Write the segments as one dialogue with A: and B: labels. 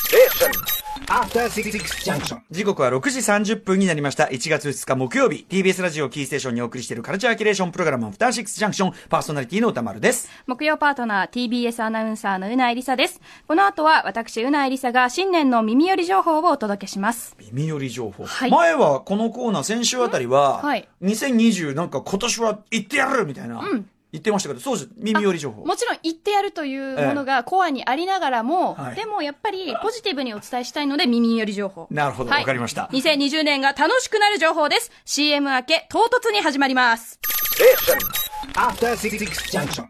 A: Station.
B: After Six Junction.
C: 時刻は6時30分になりました。1月2日木曜日、TBS ラジオキーステーションにお送りしているカルチャーキュレーションプログラム、アフターシックスジャンクション、パーソナリティの歌丸です。
D: 木曜パートナー TBS アナウンサーのうなえりさです。この後は私うなえりさが新年の耳寄り情報をお届けします。
C: 耳寄り情報。
D: はい
C: 前は、このコーナー、先週あたりは、
D: はい
C: 2020なんか今年は行ってやるみたいな、言ってましたけど、そうです。耳寄り情報。
D: もちろん言ってやるというものがコアにありながらも、
C: はい
D: でもやっぱりポジティブにお伝えしたいので耳寄り情報。
C: なるほど、わ、
D: はい
C: かりました。
D: 2020年が楽しくなる情報です。CM 明け、唐突に始まります。
A: Station.
B: After Six Junction.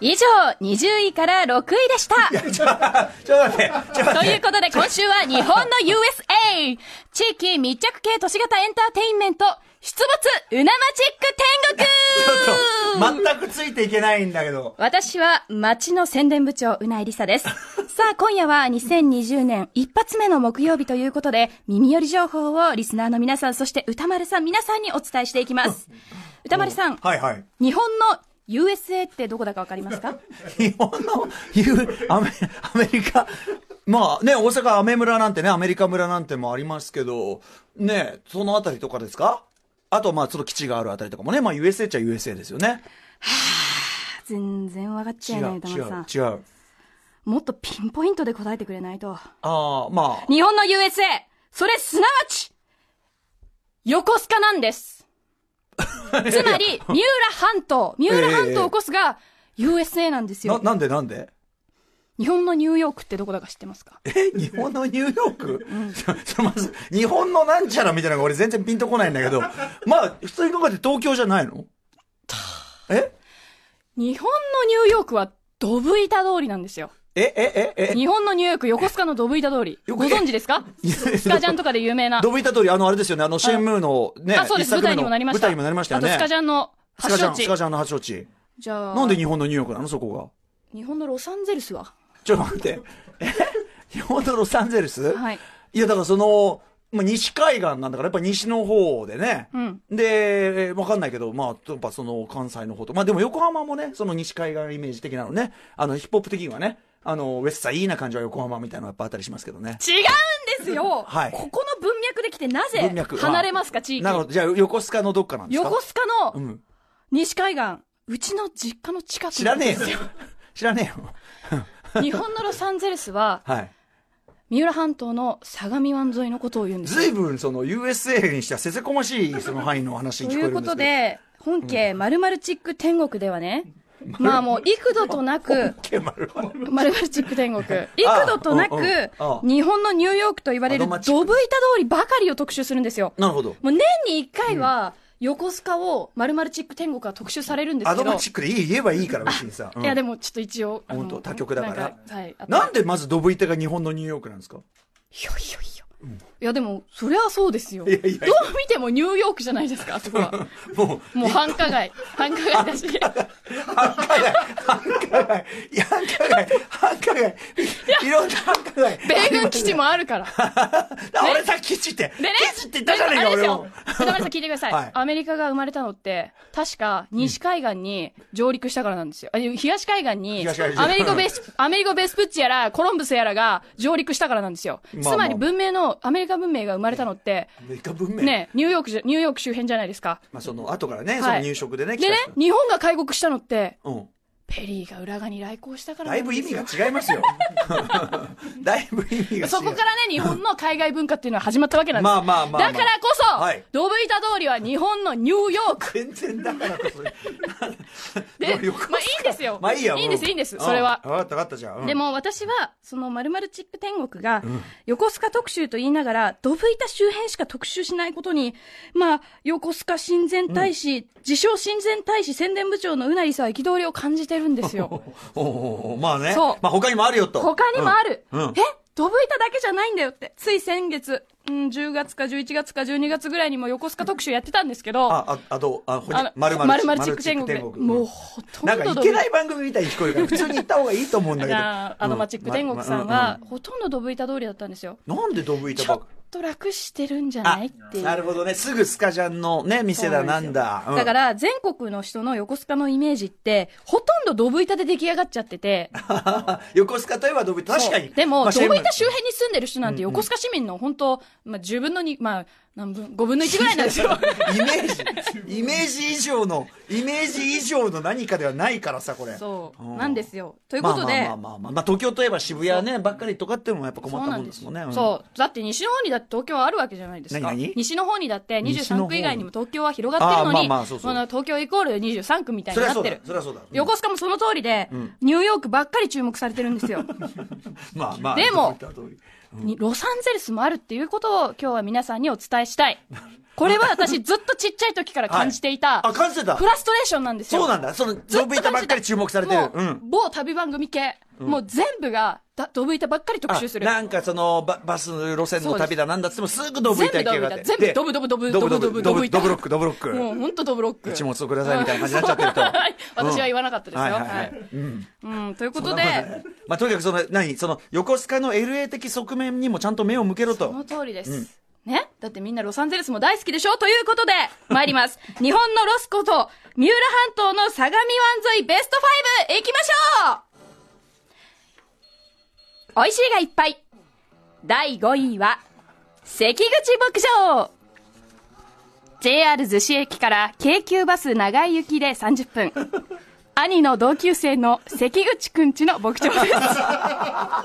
D: 以上、20位から6位でした。
C: ちょっと待って、ちょっと待っ
D: と
C: て。
D: いうことで今週は日本の USA! 地域密着系都市型エンターテインメント、出没うなマチック天国
C: 全くついていけないんだけど。
D: 私は町の宣伝部長、うないりさです。さあ、今夜は2020年一発目の木曜日ということで、耳寄り情報をリスナーの皆さん、そして歌丸さん、皆さんにお伝えしていきます。歌丸さん、
C: はいはい。
D: 日本の USA ってどこだかわかりますか
C: 日本の言うアメアメリカ、まあね、大阪、アメ村なんてね、アメリカ村なんてもありますけど、ね、そのあたりとかですかあと、まあ、ちょっと基地があるあたりとかもね、まあ、USA っちゃ USA ですよね。
D: 全然わかっち
C: 違
D: ゃ
C: う
D: いない、、歌
C: 違
D: 丸さ、。
C: うん違う。
D: もっとピンポイントで答えてくれないと。
C: ああ、ま あ、
D: 日本の USA! それすなわち、横須賀なんです。つまり、三浦半島。三浦半島を起こすが、USA なんです
C: な、
D: よ。
C: なんでなんで
D: 日本のニューヨークってどこだか知ってますか
C: え日本のニューヨーク、それまず、日本のなんちゃらみたいなのが俺全然ピンとこないんだけど、まあ、普通に考えて東京じゃないのえ
D: 日本のニューヨークは、ドブ板通りなんですよ。
C: ええええ
D: 日本のニューヨーク、横須賀のドブ板通り。
C: よ
D: ご
C: くえ
D: 存知です か
C: いや
D: スカジャンとかで有名 な。
C: ドブ板通り、あの、あれですよね、あの、CM のね、
D: あ、そうです。
C: 一作
D: 舞
C: 目の
D: 台にもなりました。
C: 舞台にもなりましたよね。
D: あと、スカジャンの発祥地
C: スカ。ジャンの発祥地。
D: じゃあ、
C: なんで日本のニューヨークなのそこが。
D: 日本のロサンゼルスは
C: ちょっと待って。え日 本のロサンゼルス
D: はい。
C: いや、だからその、まあ、西海岸なんだから、やっぱ西の方でね。
D: うん
C: で、えーわかんないけど、まあ、やっぱその関西の方と。まあでも横浜もね、その西海岸イメージ的なのね。あの、ヒップホップ的にはね、あの、ウェストサイーな感じは横浜みたいなのやっぱあったりしますけどね。
D: 違うんですよ、
C: はい
D: ここの文脈で来てなぜ
C: 文脈は
D: 離れますか地域
C: なるほど。じゃあ、横須賀のどっかなんですか
D: 横須賀
C: う
D: の
C: ん。
D: 西海岸、うちの実家の近く
C: 知らねえよ
D: なんで。
C: 知らねえよ。
D: すよ日本のロサンゼルスは
C: はい。
D: 三浦半島の相模湾沿いのことを言うんです
C: ず
D: よ
C: いぶんその USA にしてはせせこましいその範囲の話に
D: と
C: 聞こ
D: い
C: える
D: う
C: です
D: んこ
C: けど。
D: とで本家まるまるチック天国ではね、まあもう幾度となく
C: ケマルは。
D: まるまるチック天国幾度となく
C: うんうんあ
D: 日本のニューヨークと言われる
C: アド
D: ドブ
C: マ
D: 板
C: チ
D: 通
C: ック
D: りばかりを特集するんですよ
C: なるほど。
D: もう年に1回は横須賀をまるまるチック天国が特集されるんです
C: ア
D: けど、
C: ドマチックでいい言えばいいから別にさ。うん
D: いやでもちょっと一応あの
C: 本当他局だから
D: なんはい、あと
C: なんでまずドブ板が日本のニューヨークなんですか
D: ひょいひょいひょい、いやでもそりゃそうですよ
C: いやいやいや
D: どう見てもニューヨークじゃないですかあそ こは
C: もう、
D: もう繁華街繁華街 だしいや
C: 繁華街、繁華街、いや繁華街、繁華街、いろんな繁華街。
D: 米軍基地もあ るから
C: あ俺さ、基地って。
D: でね
C: 基地って言ったじゃねえか、
D: で
C: 俺
D: で
C: も。
D: あれですよ中村さん聞いてください、
C: はい
D: アメリカが生まれたのって確か西海岸に上陸したからなんですよ、あ東海岸に
C: 東海岸
D: アメリカベースアメリカベースプッチやらコロンブスやらが上陸したからなんですよ、
C: まあ
D: つまり文明のアメリカ文明が生まれたのって
C: アメリカ文明。
D: ねニューヨークじゃニューヨーク周辺じゃないですか
C: まあその後からね、
D: い
C: その入植でね、来
D: で
C: た
D: ね
C: 人
D: 日本が開国したのって
C: うん。
D: ペリーが浦賀に来航したか
C: だ
D: らないん
C: ぶ
D: で
C: 意
D: すよ
C: 味が違いますよ。だいぶ意味が違う。
D: そこからね日本の海外文化っていうのは始まったわけなんです、
C: まあまあまあまあ
D: だからこそ、
C: はい
D: ドブ板通りは日本のニューヨーク
C: 全然だからこそ。
D: で、まあいいんですよ。
C: まあいいや。もうん
D: です、いいんです、それは
C: あ。わかったわかったじゃあ。うん
D: で、も私は、その〇〇チック天国が、横須賀特集と言いながら、ドブ板周辺しか特集しないことに、まあ、横須賀親善大使、自称親善大使宣伝部長のうなりさんは憤りを感じてるんで すよ。
C: おうおうおうまあね。
D: そう
C: まあ他にもあるよと。
D: 他にもあ
C: る。
D: る、
C: うんうん
D: えドブ板だけじゃないんだよって、つい先月、うん、10月か11月か12月ぐらいにも横須賀特集やってたんですけど、
C: あ、あ、あと、あ、ほに
D: あの、
C: まる
D: 丸々チック天国で。もうほとん
C: なんか
D: どド
C: い
D: ブ
C: けない番組みたいに聞こえるから、普通に行った方がいいと思うんだけ
D: じ
C: ど。
D: ゃあ、
C: う
D: あ
C: ん
D: のマチック天国さん
C: まま
D: は、ほとんどドブ板通りだったんですよ。
C: うんうんなんでドブ板
D: ち
C: ば
D: ょ
C: っ
D: っ
C: か
D: と楽してるんじゃないっていう。
C: なるほどね。すぐスカジャンのね、店だなんだ。
D: だ
C: う
D: か
C: ん、
D: ら、全国の人の横須賀のイメージって、ほとんどドブ板で出来上がっちゃってて。
C: 横須賀といえばドブ板。確かに。
D: でも、
C: まあ
D: ドブ板周辺に住んでる人なんて、横須賀市民の本当、まあ、10分の2、まあ、何分、5分の1ぐらいなんですよ。
C: イメージ、イメージ以上の、イメージ以上の何かではないからさ、これ。
D: そう、
C: ん
D: なんですよ。ということで、
C: まあまあまあまあまあ、まあ東京といえば渋谷ね、ばっかりとかってのもやっぱ困
D: そ
C: っ
D: う
C: た
D: な
C: も
D: ん
C: ん
D: で
C: です
D: す
C: もんね。ん
D: そう。だって西の方にだって東京はあるわけじゃないですか。
C: 何々
D: 西の方にだって
C: 西の
D: 23
C: 方
D: 区以外にも東京は広がってるの
C: あー
D: に、
C: まあまあそうそう
D: この東京イコール23区みたい
C: そ
D: に
C: れは
D: な
C: そ
D: っ
C: う
D: て
C: だ
D: る。。
C: それはそうだ。うん
D: 横須賀もその通りで、ニューヨークばっかり注目されてるんですよ。
C: まあまあ。
D: でも
C: ドブ板通り
D: にロサンゼルスもあるっていうことを今日は皆さんにお伝えしたい。これは私ずっとちっちゃい時から感じてい
C: は
D: た、
C: いあ感じてた
D: フラストレーションなんですよ。
C: そうなんだ。その、ドブ板ばっかり注目されてる。う
D: も
C: ん
D: う。某旅番組系、もう全部がだドブ板ばっかり特集する。
C: あなんかそのババス路線の旅だなんだっつってもすぐドブ
D: 全
C: 板
D: 部
C: 行
D: ド
C: き
D: ブ
C: やがっ
D: 板
C: て
D: 全部ドブドブドブドブド
C: ド
D: ブ
C: ブ
D: ドブ
C: ド
D: 板
C: ブロックドブロック
D: もう本当ドブロック
C: 一物をくださいみたいな感じになっちゃってると
D: うんはい 私は言わなかったですよ
C: うんはいはい
D: は
C: はいい
D: うんということ
C: ま
D: で
C: あまあ まあとにかくその何その横須賀の LA 的側面にもちゃんと目を向けろ
D: その
C: と
D: 通りですねだってみんなロサンゼルスも大好きでしょということで参ります 日本のロスコと三浦半島の相模湾沿いベスト5いきましょう美味しいがいっぱい第5位は関口牧場 JR 逗子駅から京急バス長井行きで30分兄の同級生の関口くんちの牧場です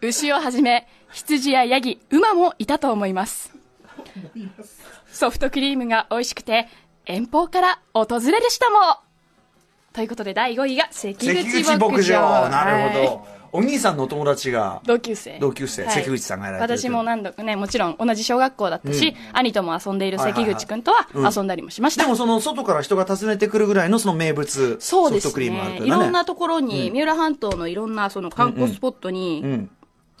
D: 牛をはじめ羊やヤギ馬もいたと思いますソフトクリームが美味しくて遠方から訪れる人もということで第5位が関口
C: 関
D: 牧場
C: 口牧場なる
D: はい
C: ほどお兄さんのお友達が
D: 同級生
C: 同級生
D: はい
C: 関口さんがやられてるという
D: 私も何度かねもちろん同じ小学校だったし、兄とも遊んでいる関口君とは遊んだりもしました、
C: でもその外から人が訪ねてくるぐらいのその名物
D: そう
C: ソフ
D: で
C: ト
D: す
C: クリームがある
D: ね
C: から
D: い
C: ね
D: ろんなところに、三浦半島のいろんなその観光スポットに、
C: うん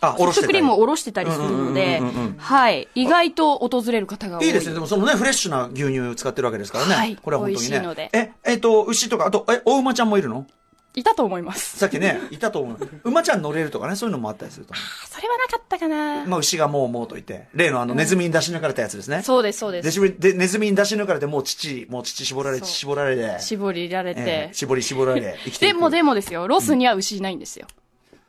C: あお
D: ソ
C: ろし
D: フ
C: て
D: ト
C: た
D: クリームをおろしてたりするので、はい。意外と訪れる方が多い。
C: いいですね。でもそのね、フレッシュな牛乳を使ってるわけですからね。
D: はい
C: これは本当にね。
D: 美味しいので
C: え、えっ、と、牛とか、あと、え、お馬ちゃんもいるの
D: いたと思います。
C: さっきね、 いたと思う。馬ちゃん乗れるとかね、そういうのもあったりすると思
D: あそれはなかったかな
C: う。。まあ、牛がもうもうといて、例のあの、ネズミに出し抜かれたやつですね。
D: そうです、そうで。
C: ですしぶでネズミに出し抜かれて、もう乳、もう乳絞られ、
D: そう
C: 絞られで、
D: 絞りられて。
C: ええ絞り絞られ、 生きてい
D: で
C: く。
D: もでもですよ、ロスには牛いないんですよ。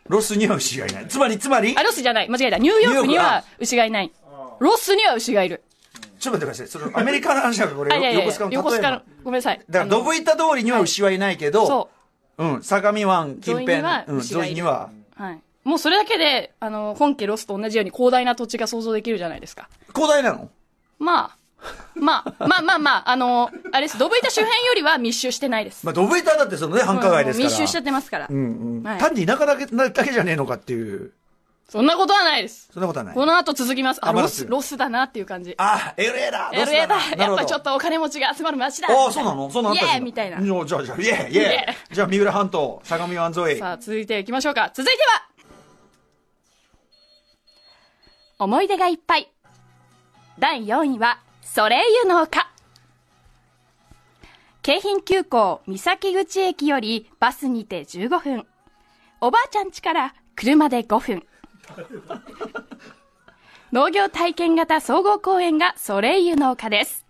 C: ロスには牛がいない。つまり、つまり、
D: あ、ロスじゃない。間違えた。ニューヨークには牛がいない。ロスには牛がいる。
C: ちょっと待ってください。その、アメリカの話だから、これ、
D: あ、いやいやい
C: 横須賀の
D: や
C: 例え
D: 横須賀の
C: ば。。
D: ごめんなさい。
C: だから、ドブ板通りには牛はいないけど、。
D: そう
C: ん、相模湾近辺、
D: 沿いには
C: うん、
D: 牛がいる
C: 沿いには、
D: はい。もうそれだけで、あの、本家ロスと同じように広大な土地が想像できるじゃないですか。
C: 広大なの
D: まあ、まあ、まあまあまあ、あの、あれです。ドブ板周辺よりは密集してないです。
C: まあ、ドブ板だってそのね、繁華街ですから。
D: 密集しちゃってますから。はい
C: 単に田舎だけだけじゃねえのかっていう、
D: そんなことはないです。
C: そんなことはない。
D: この後続きます。あ、
C: あまだ
D: ロス、
C: 続く
D: ロスだなっていう感じ。
C: あ、LA だ
D: LA だ
C: な
D: や
C: る
D: っ
C: ほ
D: ぱ
C: ど
D: ちょっとお金持ちが集まる街だ
C: ああ、そうなのそうなの
D: イエーイみたいな。
C: じゃあ、じゃあじゃあ、イェーイイ
D: イ
C: ェ
D: エ
C: ーイじゃあ、三浦半島、相模湾沿い。
D: さあ、続いていきましょうか。続いては思い出がいっぱい。第4位は、ソレイユの丘。京浜急行三崎口駅よりバスにて15分。おばあちゃん家から車で5分。農業体験型総合公園がソレイユの丘です。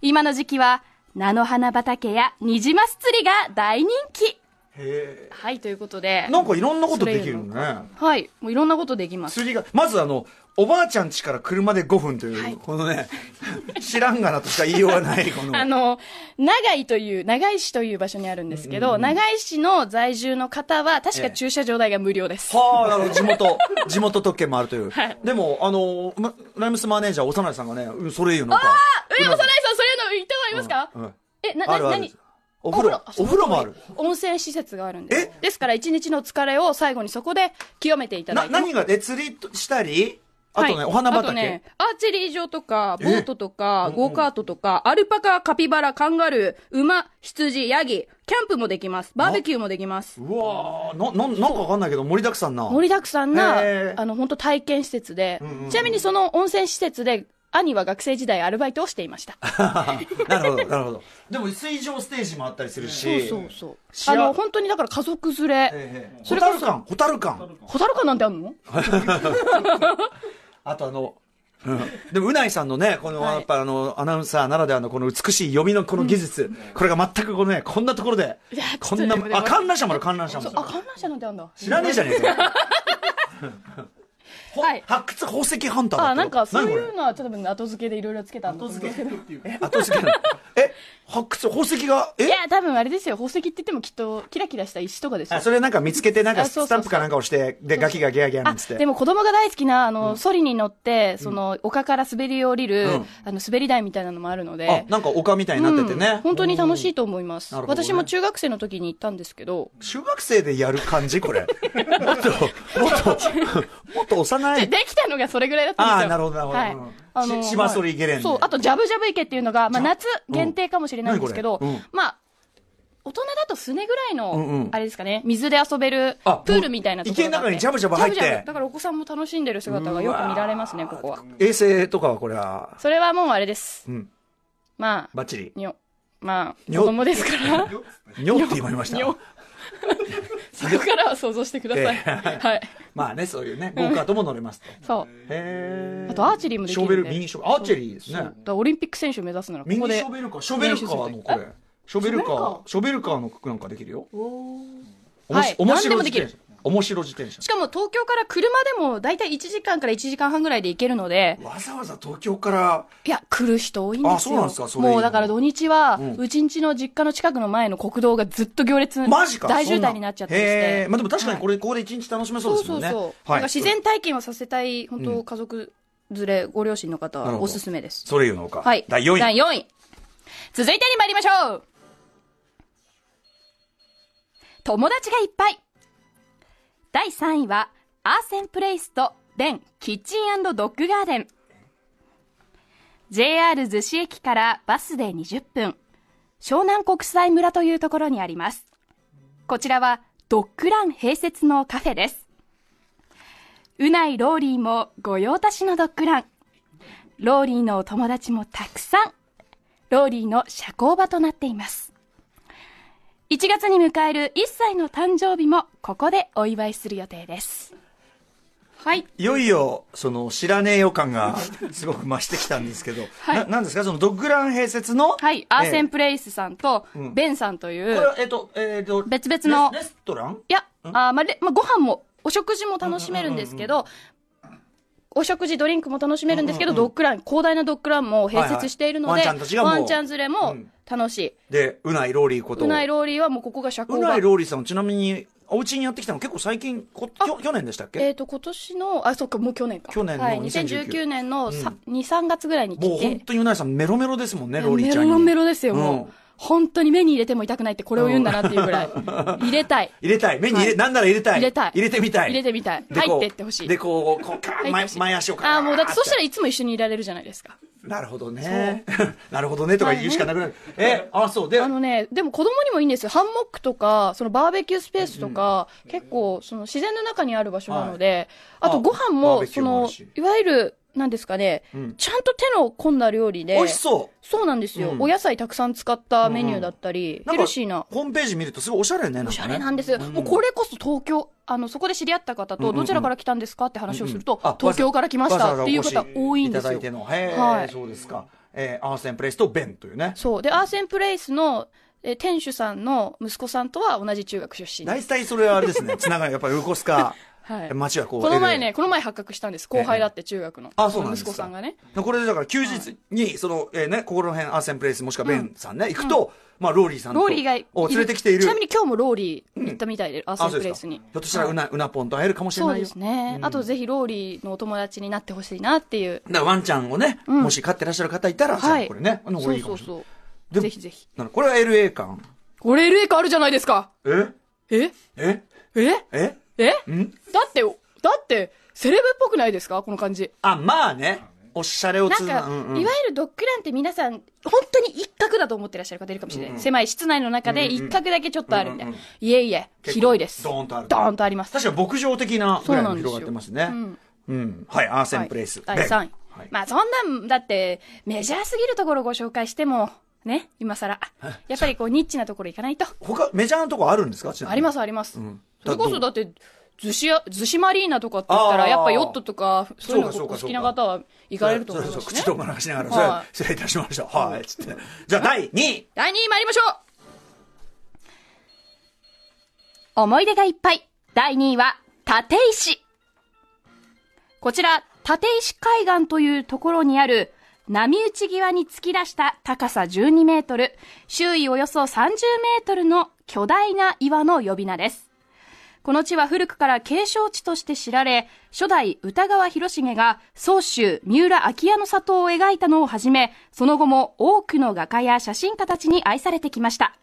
D: 今の時期は菜の花畑やニジマス釣りが大人気。
C: へ
D: はい、ということで
C: え。。なんかいろんなことできるね。
D: はい、もういろんなことできます。
C: 釣りが、まずあの、おばあちゃん家から車で5分という、このね、知らんがなとしか言いようがない、この。
D: あの、長井という、長井市という場所にあるんですけど、長井市の在住の方は、確
C: ええ
D: か駐車場代が無料です。
C: はあ、なるほど、地元、地元特権もあるという。
D: はい
C: でも、あの、まライムスマネージャー、幼いさんがね、うんそれ言うのか。
D: え、幼いさん、そういうの行った方ありますか、
C: うん
D: え、な、
C: あ
D: な、
C: るあ
D: な
C: る
D: に
C: お風呂、お風呂もある。。
D: 温泉施設があるんです。ですから、一日の疲れを最後にそこで清めていただ
C: ない
D: て。
C: 何がえ釣りとしたりあとね、
D: はい
C: お花
D: あと
C: 畑、
D: ね、アーチェリー場とか、
C: え
D: ボートとか、ゴーカートとか、アルパカ、カピバラ、カンガルー、馬、羊、ヤギ、キャンプもできます。バーベキューもできます。
C: うわーなななんかわかんないけど盛りだくさんな
D: 盛りだくさんな
C: へー、
D: あの、本当体験施設で、
C: んうん
D: ちなみにその温泉施設で、兄は学生時代アルバイトをしていました。
C: なるほどなるほどでも水上ステージもあったりするし、
D: そうそうそう。
C: しあ
D: あの、本当にだから家族連れ。
C: ええホ
D: それ
C: タ
D: こそ
C: ル館ホタル館
D: ホタルカなんてあんの
C: あとあの、うん、でもうないさんのねこの、
D: はい
C: やっぱあのアナウンサーならではのこの美しい読みのこの技術、これが全くこのねこんなところで
D: いやち
C: こ
D: ょっと
C: ん
D: ね
C: な
D: でも
C: あ観覧車もある観覧車も
D: そうあ、観覧車なんてあんだ。
C: 知らねえじゃねえかよ ほ
D: はい
C: 発掘宝石ハンターだっ
D: あ、
C: て
D: なんかそうい
C: 何
D: うのはちょっと多分後付けでいろいろつけたんだと思うんですけど。
C: これえ後付けなのえ発掘宝石がえ
D: いや、多分あれですよ。宝石って言ってもきっとキラキラした石とかですよ
C: あ。それなんか見つけてなんか
D: あそうそうそう
C: スタンプかなんか押してでガキがギャーギャーな
D: あ
C: んつって
D: でも子供が大好きなあの、ソリに乗って、その丘から滑り降りる、
C: うん
D: あの滑り台みたいなのもあるので、
C: あなんか丘みたいになっててね、
D: うん本当に楽しいと思います、
C: なるほどね
D: 私も中学生の時に行ったんですけど、
C: 中学生でやる感じこれもっともっともっと幼
D: で
C: い
D: できたのがそれぐらいだったん
C: あ
D: です
C: あ
D: よ
C: なるほどなるほど、
D: はいあの
C: しシマソリゲレンデ
D: そうあとジャブジャブ池っていうのが、まあ、夏限定かもしれないんですけど、
C: うん何これ
D: まあ大人だとすねぐらいの、
C: うんうん
D: あれですかね、水で遊べる
C: あ
D: プールみたいなところがあっ
C: も
D: て
C: う池の中にジャブジャブ入って
D: ジャブジャブだからお子さんも楽しんでる姿がよく見られますね、ここは。
C: 衛星とかはこれは
D: それはもうあれです。
C: うん
D: まあ、
C: バッチリ
D: にょ、まあ、
C: にょ
D: 子供です から。
C: にょって言われました
D: にょそこからは想像してください。
C: ええ
D: はい。
C: まあねそういうねゴーカートも乗れますと
D: そ
C: へえ
D: う。あとアーチェリーもでき
C: ショ
D: るんで。
C: ベルミニショベルアーチェリーです
D: そうだ
C: ね
D: からオリンピック選手目指すならこ
C: ミニ
D: こで
C: ショベルカーショベルカーのこれショベルカーショベルカーのなんかできるよおもし
D: はい
C: 面
D: 何で
C: 白
D: も
C: 自
D: できる
C: 転車面白自転車
D: しかも東京から車でも大体1時間から1時間半ぐらいで行けるので、
C: わざわざ東京から
D: いや、来る人多いんですよ。
C: あそうなんですかそれいいな
D: もうだから土日は、
C: うん
D: うちんちの実家の近くの前の国道がずっと行列、
C: マジか
D: 大渋
C: そん
D: 滞になっちゃったりし
C: へ
D: て
C: ー。まあでも確かにこれ、ここで一日楽しめそうで
D: そう
C: す
D: そ
C: も
D: うん
C: ね。
D: そう。なんか自然体験をさせたい、本当家族連れ、ご両親の方
C: なるほ
D: は
C: ど
D: おすすめです。
C: それ言うのか。
D: はい。
C: 第4位。
D: 第4位。続いてに参りましょう友達がいっぱい第3位は、アーセンプレイスと、デン、キッチンドッグガーデン。JR 逗子駅からバスで20分、湘南国際村というところにあります。こちらは、ドッグラン併設のカフェです。うないローリーも御用達のドッグラン。ローリーのお友達もたくさん、ローリーの社交場となっています。1月に迎える1歳の誕生日も、ここでお祝いする予定です。はい。
C: いよいよ、その、知らねえ予感が、すごく増してきたんですけど、
D: はい
C: ななんですかその、ドッグラン併設の、
D: はい。アーセン
C: え
D: プレイスさんと、ベンさんとい
C: え
D: う、
C: これは、えっと、えっと、
D: 別々の
C: レレストラン
D: いや、あーまあれまあ、ご飯も、お食事も楽しめるんですけど、お食事、ドリンクも楽しめるんですけど、ドッグラン、広大なドッグランも併設しているの
C: はい
D: で、
C: はいワンちゃんたちがもう
D: ワンちゃん連れも楽しい。
C: で、うないローリーこと。
D: うないローリーはもうここが社
C: う
D: 交場
C: ないローリーさん、ちなみに、お家にやってきたの結構最近、こきょ去年でしたっけ
D: えっ、と、今年の、あ、そっか、もう去年か。
C: 去年の
D: はい、
C: 2019
D: 2019年のさ、2、3月ぐらいに来て。
C: もう本当にうないさん、メロメロですもんね、ローリー
D: メ
C: ちゃんに。
D: ロメロですよ、もう、
C: うん
D: 本当に目に入れても痛くないってこれを言うんだなっていうぐらい。入れたい。
C: 入れたい。目に入
D: は
C: れ、
D: い
C: なんなら入れたい。
D: 入れたい
C: 入れてみたい。
D: 入れてみたい。
C: でこ
D: 入
C: う
D: ってってほしい。
C: で、こう、こう、か
D: 入って
C: 前
D: ほしい
C: 前足をか
D: ああ、もうだってそしたらいつも一緒にいられるじゃないですか。
C: なるほどね。 なるほどねとか言うしかなくなる。え、あ、そう。で、
D: あのね、でも子供にもいいんですよ。ハンモックとか、そのバーベキュースペースとか、結構、その自然の中にある場所なので、
C: はい
D: あとご飯
C: あバー
D: も、
C: ベキ
D: そ
C: ューもあ
D: の
C: るし、
D: いわゆる、なんですかね、
C: ん
D: ちゃんと手の込んだ料理で、
C: 美味しそう。
D: そうなんですよ、
C: うん
D: お野菜たくさん使ったメニューだったり、
C: なん
D: ヘ
C: か
D: ルシーな。
C: ホームページ見るとすごいおしゃれね。
D: おしゃれなん
C: で
D: ですよ、もうこれこそ東京あのそこで知り合った方とどちらから来たんですかって話をすると、東京から来ましたっていう方多いんで
C: いた
D: す
C: だい
D: よ
C: ての。へ
D: は
C: え、
D: い
C: そうですか。えー、アーセンプレイスとベンというね。
D: そうでアーセンプレイスのえー店主さんの息子さんとは同じ中学出身で
C: 大体それはあれです ね。つながり、やっぱり横須賀
D: はい、
C: 街はこう。
D: この前
C: LA
D: ね、。この前発覚したんです。後輩だって中学の。
C: あ、そうなんです
D: 息
C: か。
D: 子さんがね。。
C: これでだから休日に、その、えーね、ここら辺アーセンプレイスもしくはベンさんね、行くと、まあ、ローリーさんと
D: ローリーがいる
C: を連れてきている。
D: ちなみに今日もローリー行ったみたいで、アー
C: あ、
D: セ
C: そ
D: ン
C: う
D: プレ
C: で
D: イ
C: す
D: ス
C: か。
D: に。
C: ひょっとしたらうな、うなぽんと会えるかもしれ
D: そう
C: ない
D: で
C: よ。
D: すね。あとぜひローリーのお友達になってほしいなっていう。
C: だからワンちゃんをね、もし飼ってらっしゃる方いたら、じゃあ
D: はい
C: これね、あのこ
D: そ
C: れいういか
D: そ
C: もしれない。
D: うそう。
C: でも
D: ぜひぜひ。
C: なのこれは LA 感。
D: これ LA かあるじゃないですか。
C: え
D: え
C: え
D: え
C: え
D: えだって、だって、セレブっぽく
A: ないですかこの感じ。
C: あ、まあね。おしゃれを
D: な
C: つ
D: ん
C: な
D: か、
C: うんうん
D: いわゆるドッグランって皆さん、本当に一角だと思ってらっしゃる方いるかもしれない。狭い室内の中で一角だけちょっとあるみたいな。
C: うんうん
D: いえいえ、
C: 結構
D: 広いです。
C: ドーンとある
D: ドーンとあります。
C: 確かに牧場的なぐらいの広がってますね。
D: そう
C: う
D: なんんで、
C: はい、アーセンプレイス。
D: はい第3位。
C: はい
D: まあ、そんなん、だって、メジャーすぎるところをご紹介しても、ね、今更。やっぱりこう、ニッチなところ行かないと。
C: 他、メジャーなとこあるんですか。
D: ありますすあります。
C: ん
D: それこそ
C: だ
D: だって、逗子や、逗子マリーナとかって言った
C: あ
D: ら、
C: ー
D: やっぱヨットとか、そういうの
C: そう
D: お
C: か
D: 好
C: そうか
D: きな方は行かれると思い
C: そ
D: ま
C: うそう
D: す
C: 口
D: ね。
C: とばらしながら、
D: はい
C: それ失礼いたしました。はい、つって。じゃあ、第2位。
D: 第2位参りましょう思い出がいっぱい第2位は立石こちら立石海岸というところにある波打ち際に突き出した高さ12メートル周囲およそ30メートルの巨大な岩の呼び名ですこの地は古くから景勝地として知られ、初代歌川広重が宗州三浦秋屋の里を描いたのをはじめ、その後も多くの画家や写真家たちに愛されてきました。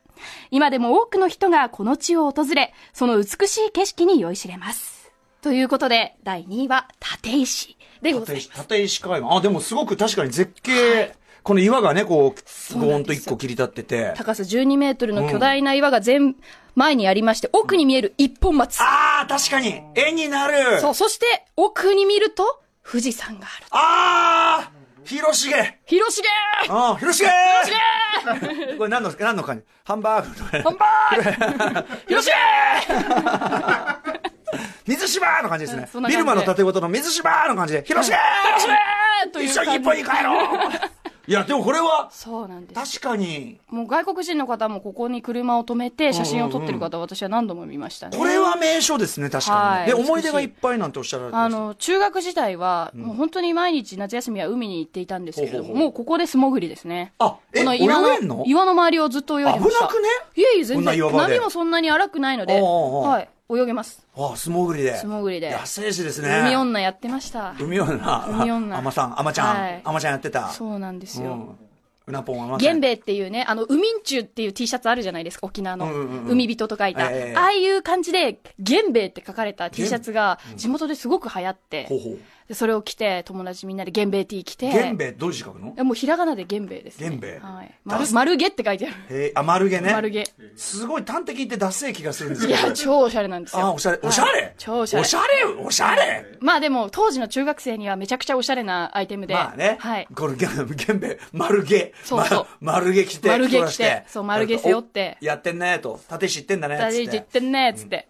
D: 今でも多くの人がこの地を訪れ、その美しい景色に酔いしれます。ということで、第2位は立石でござい
C: 立
D: ます
C: 石、。立石海岸。あ、でもすごく確かに絶景。この岩がね、こう、
D: う
C: ゴ
D: なんで
C: ーン
D: すよ
C: と1個切り立ってて。
D: 高さ12メートルの巨大な岩が全、前にありまして、奥に見える一本松。
C: ああ、確かに絵になる
D: そう、そして奥に見ると富士山がある。
C: ああ広重
D: 広重
C: ああ、広重これ何の、何の感じハンバーグのね
D: ハンバーグよし
C: 水島の感じですね
D: そん。な感
C: ビ
D: じで
C: ルマの縦ごとの水島の感じで、広重
D: ーという
C: 一
D: 感
C: 緒
D: じ
C: に日本に帰ろ ういや、でもこれは、
D: そうなんです。
C: 確かに、
D: もう外国人の方もここに車を止めて写真を撮ってる方、私は何度も見ましたね。
C: これは名所ですね、確
D: は
C: か
D: い
C: に。で、
D: 美しい
C: 思い出がいっぱいなんておっしゃられて
D: あ
C: ました。
D: の、中学時代は、もう本当に毎日夏休みは海に行っていたんですけれども、
C: ほうほうほう
D: もうここで素潜りですね。
C: あえ
D: この岩
C: 泳げんの
D: の、岩の周りをずっと泳いでました。
C: 危なくね
D: いえいえ、
C: こ
D: 全
C: んな
D: 然
C: 岩場で
D: 波もそんなに荒くないの
C: お
D: で、
C: うおうおう
D: はい、泳げます。
C: ああ、素潜りで。
D: 素潜りで
C: 野生児ですね。
D: 海女やってました。
C: 海女。
D: 海女
C: あまさん、あまちゃん。
D: はい
C: あまちゃんやってた。
D: そうなんですよ。
C: ん。うなぽんあまちゃん。
D: 源兵衛っていうね、あの、海んちゅうっていう T シャツあるじゃないですか、沖縄の。
C: うんうんうん
D: 海人と書いた。
C: ええ
D: ああいう感じで、源兵衛って書かれた T シャツが、地元ですごく流行って、
C: ほうほう。
D: でそれを着て、友達みんなで源兵衛 T 着て、
C: 源兵衛、どういう字書くの
D: 衛もうひらがなで源兵衛です、ね。
C: 源兵衛
D: はい。
C: だ
D: 丸
C: す、
D: 丸毛って書いてある。
C: へえ、あ、丸毛ね。
D: 丸毛。
C: すごい端的に言って脱性気がするんです
D: い
C: けど。
D: や、超おしゃれなんですよ。
C: あ、おしゃれ。
D: はい
C: おしゃれ
D: 超おしゃれ。
C: おしゃれおしゃれ
D: まあでも、当時の中学生にはめちゃくちゃおしゃれなアイテムで。
C: まあね。
D: はい。
C: これ、げんげんべい、丸毛。
D: そうそう
C: ま丸毛着て。
D: 丸毛着て
C: 着こなして
D: そう丸毛背負って
C: おやってんねと。縦知ってんだね。
D: 大事
C: つ
D: 言
C: っ
D: っててんね、つって。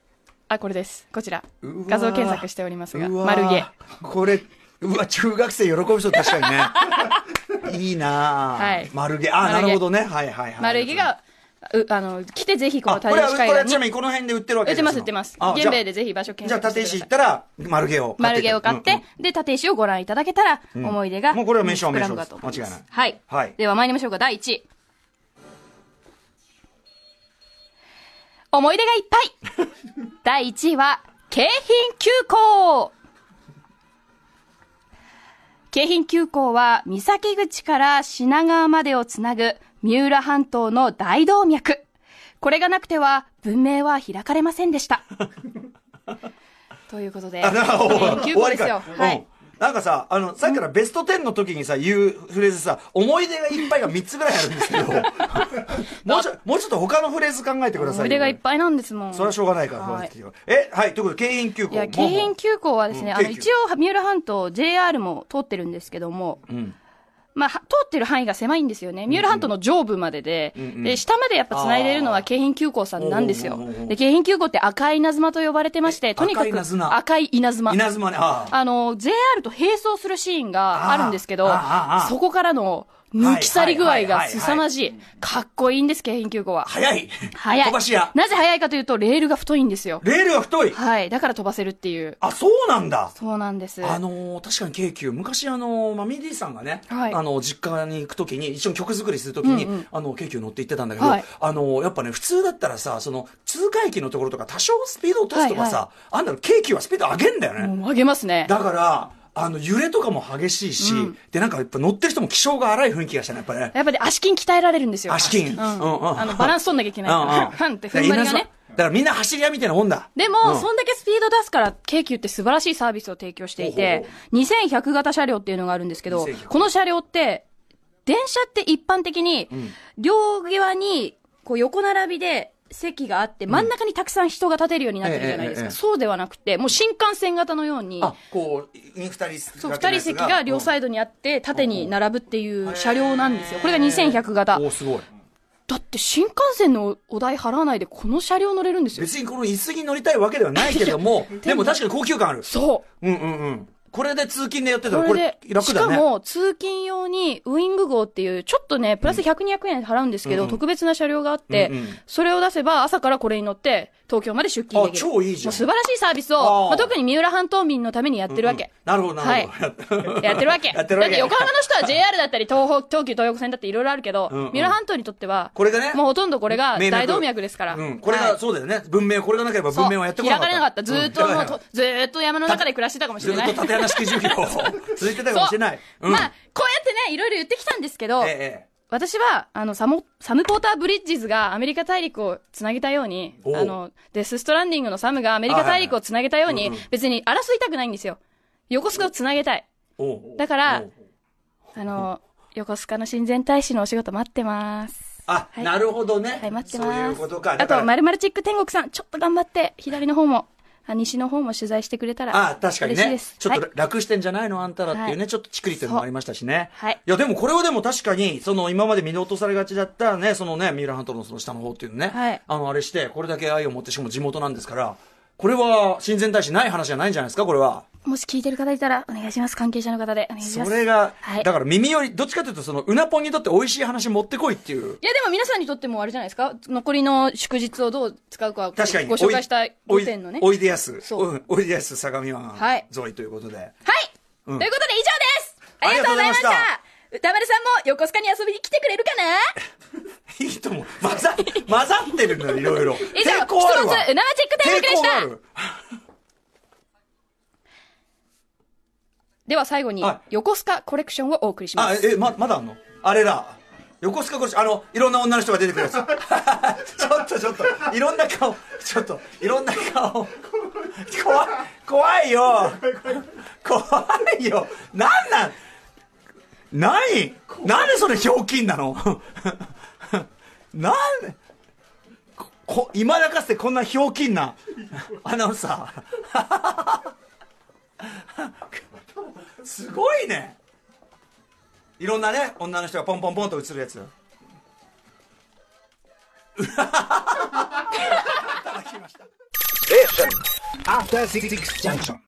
D: あ、これです。こちら
C: うわ。
D: 画像検索しておりますが、
C: うわ
D: 丸毛。
C: これ、うわ、中学生喜びそう、確かにね。 いいなぁ
D: はい
C: 丸毛。あ、な
D: 丸毛
C: るほどね。はいはいはい。
D: 丸毛が、うあの、来てぜひこの
C: あ、こ
D: 立
C: れは、
D: 石
C: こ
D: 海
C: れはち
D: 岸
C: な
D: に。
C: みにこの辺で売ってるわけ
D: 売ってます、
C: そ
D: 売
C: の
D: ってます。
C: あじゃあ
D: 源兵衛でぜひ場
C: じ
D: 所
C: ゃあ、
D: 検索
C: 立
D: して
C: 石
D: く
C: 行
D: だ
C: っ
D: さい。
C: たら、丸毛を買っ
D: 丸
C: てきて。
D: 毛を買っ
C: うんう
D: て
C: ん、
D: で、立石をご覧いただけたら、思い出が、
C: もうこれは名称
D: 膨らむかと思
C: 名称です
D: ま
C: 間違い
D: す
C: な
D: はい。
C: はい
D: では参りましょうか、第1位。思い出がいっぱい 第1位は、京浜急行京浜急行は、三崎口から品川までをつなぐ、三浦半島の大動脈。これがなくては、文明は開かれません でした。ということで、
C: あ、
D: 京
C: なんか
D: 浜
C: 終
D: 急行
C: わ
D: で
C: り
D: すよ。
C: か。
D: は
C: うん
D: い。
C: なんかさ、あの、さっきからベスト10の時にさ、言うフレーズさ、思い出がいっぱいが3つぐらいあるんですけど、 もうちょ、もうちょっと他のフレーズ考えてくださいよ。
D: 思い出がいっぱいなんですもん。
C: それはしょうがないから、
D: はい
C: え、はい、ということで、京浜急行。
D: いや、京浜急行はですね、
C: うん
D: あの、
C: 京急
D: 一応、三浦半島、JR も通ってるんですけども、
C: ん
D: まあ、は通ってる範囲が狭いんですよね。三浦半島の上部までで、で、下までやっぱ繋いでるの
C: あ
D: は
C: ー
D: 京浜急行さんなんですよ
C: おうおうおうおう。
D: で、京浜急行って赤い稲妻と呼ばれてまして、とにか
C: 赤い
D: く
C: 稲妻
D: 赤い稲妻。
C: 稲妻ね、ああ。
D: あの、JR と並走するシーンがあるんです
C: あ
D: け
C: ー
D: ど
C: あーあー、
D: そこからの抜き去り具
C: は
D: 合
C: いはいはい
D: が
C: はい
D: 凄まじい。かっこいいんです、京浜急行は。
C: 早い。
D: 早い。
C: 飛ばし屋。
D: なぜ早いかというと、レールが太いんですよ。
C: レールが太い。
D: はい。だから飛ばせるっていう。
C: あ、そうなんだ。
D: そうなんです。
C: あのー確かに京急、昔あのーマミー D さんがね、
D: はい
C: あのー実家に行くときに、一緒に曲作りするときに、
D: うんうん
C: あのー京急乗って行ってたんだけど、
D: はい
C: あのーやっぱね、普通だったらさ、その、通過駅のところとか多少スピード落とすとかさ、
D: はいは
C: あんだろ、京急はスピード上げんだよね。
D: もう上げますね。
C: だから、あの、揺れとかも激しいし、で、なんかやっぱ乗ってる人も気性が荒い雰囲気がしたね、やっぱね。
D: やっぱり足筋鍛えられるんですよ。
C: 足筋
D: うん。
C: うんうん
D: あの、バランス取んなきゃいけないから。
C: うんうん
D: ふんって踏ん張りがね。
C: だからみんな走り屋みたいなもんだ。
D: でも、
C: うん
D: そんだけスピード出すから、京急って素晴らしいサービスを提供していて、2100型車両っていうのがあるんですけど
C: 2100、
D: この車両って、電車って一般的に、両側に、こう横並びで、席があって、真ん中にたくさん人が立てるようになってるじゃないです
C: えええええ
D: か。
C: え
D: そうではなくて、もう新幹線型のように、
C: あ、こう、二人席
D: そう、二人席が両サ
C: イ
D: イドにあって、縦に並ぶっていう車両なんですよ。これが2100型
C: お。お、すごい。
D: だって新幹線のお代払わないでこの車両乗れるんですよ。
C: 別にこの椅子に乗りたいわけではないけど も、でも確かに高級感ある。
D: そう。
C: うんうんうん。これで通勤でやってた
D: こ
C: ら、こ
D: れ
C: れ
D: で、
C: 楽
D: し
C: だ
D: か
C: ね。
D: も通勤用にウイング号っていう、ちょっとね、プラス100、200円払うんですけど、特別な車両があって、
C: うんうん
D: それを出せば朝からこれに乗って、東京まで出勤できる。
C: あ超いいじゃん
D: もう素晴らしいサービスを、
C: あー
D: まあ、特に三浦半島民のためにやってるわけ。
C: なるほど、なるほど。
D: やってるわけ。
C: やってるわけ
D: だって横浜の人は JR だったり、東北、東急東横線だっていろいろあるけど、
C: うんうん
D: 三浦半島にとっては、
C: これがね
D: もうほとんどこれが
C: 名脈
D: 大動脈ですから。
C: うん。これ
D: はい
C: が、そうだよね。文明、これがなければ
D: そう
C: 文明はやってこなかった。
D: 開かれなかった。ずーっと
C: うん
D: もう
C: 開かれな
D: と
C: かっ、
D: ずーっと山の中で暮らしてたかも
C: た
D: し
C: ず
D: れ
C: っ
D: ない。
C: と縦穴 式授業を続いてたかもしれない。
D: そう
C: うん
D: まあ、こうやってね、いろいろ言ってきたんですけど、
C: ええええ
D: 私は、あの、サモ、サムポーターブリッジズがアメリカ大陸をつなげたように、
C: おう
D: あの、デスストランディングのサムがアメリカ大陸をつなげたよう
C: はい
D: に
C: はいはいうんう、
D: 別に争いたくないんですよ。横須賀をつなげたい。
C: おう
D: だから
C: おう
D: あの、横須賀の親善大使のお仕事待ってます。
C: あ、
D: はい
C: なるほどね。
D: はい、待って
C: そう
D: ます。
C: いうことか。
D: あ
C: だから
D: と、まるまるチック天国さん、ちょっと頑張って、左の方も、あ西の方も取材してくれたら、
C: ああ、確かに
D: 嬉しい
C: ね
D: で。す。
C: ちょっ
D: は
C: と
D: い
C: 楽してんじゃないのあんたらっていうね、
D: はい
C: ちょっとチクリっていうのもありましたしね。
D: はい
C: いや、でもこれはでも確かに、その今まで見落とされがちだったね、そのね、三浦半島のその下の方っていうのね、
D: はい
C: あの、あれして、これだけ愛を持って、しかも地元なんですから、これは、親善大使ない話じゃないんじゃないですか、これは。
D: もし聞いてる方いたら、お願いします。関係者の方で、お願いし
C: そ
D: ます。
C: れが、
D: はい
C: だから耳より、どっちかというと、その、うなぽんにとって美味しい話持ってこいっていう。
D: いやでも皆さんにとってもあれじゃないですか残りの祝日をどう使うかをご
C: 確かに。
D: 紹介した
C: お
D: 午
C: い
D: 前のね。
C: おいでやす。
D: そうん
C: おいでやす相模湾
D: はい
C: 沿いということで。
D: はい、
C: うん
D: ということで以上ですありがとうございました
C: ありがとうござい
D: 歌丸さんも横須賀に遊びに来てくれるかない
C: いとも、混ざ、混ざってるんだよ、いろいろ。
D: 以上、
C: 抵
D: ひと
C: 抗あるわ
D: まず、生チェック天国で
C: 抵
D: し
C: 抗があ
D: た
C: る。
D: では最後に
C: は、
D: 横須賀コレクションをお送りしま
C: あ、
D: す。
C: え、ま、まだあんのあれだ。横須賀コレあの、いろんな女の人が出てくる やつ。ちょっとちょっと、いろんな顔、ちょっと、いろんな顔。怖い、怖いよ。怖いよ。なんなん何なんでそれひょうきんなの なんでここ、今だかつてこんなひょうきんなアナウンサー。 すごいね。いろんなね、女の人がポンポンポンと映るやつ。いただきました。
B: After Six Junction.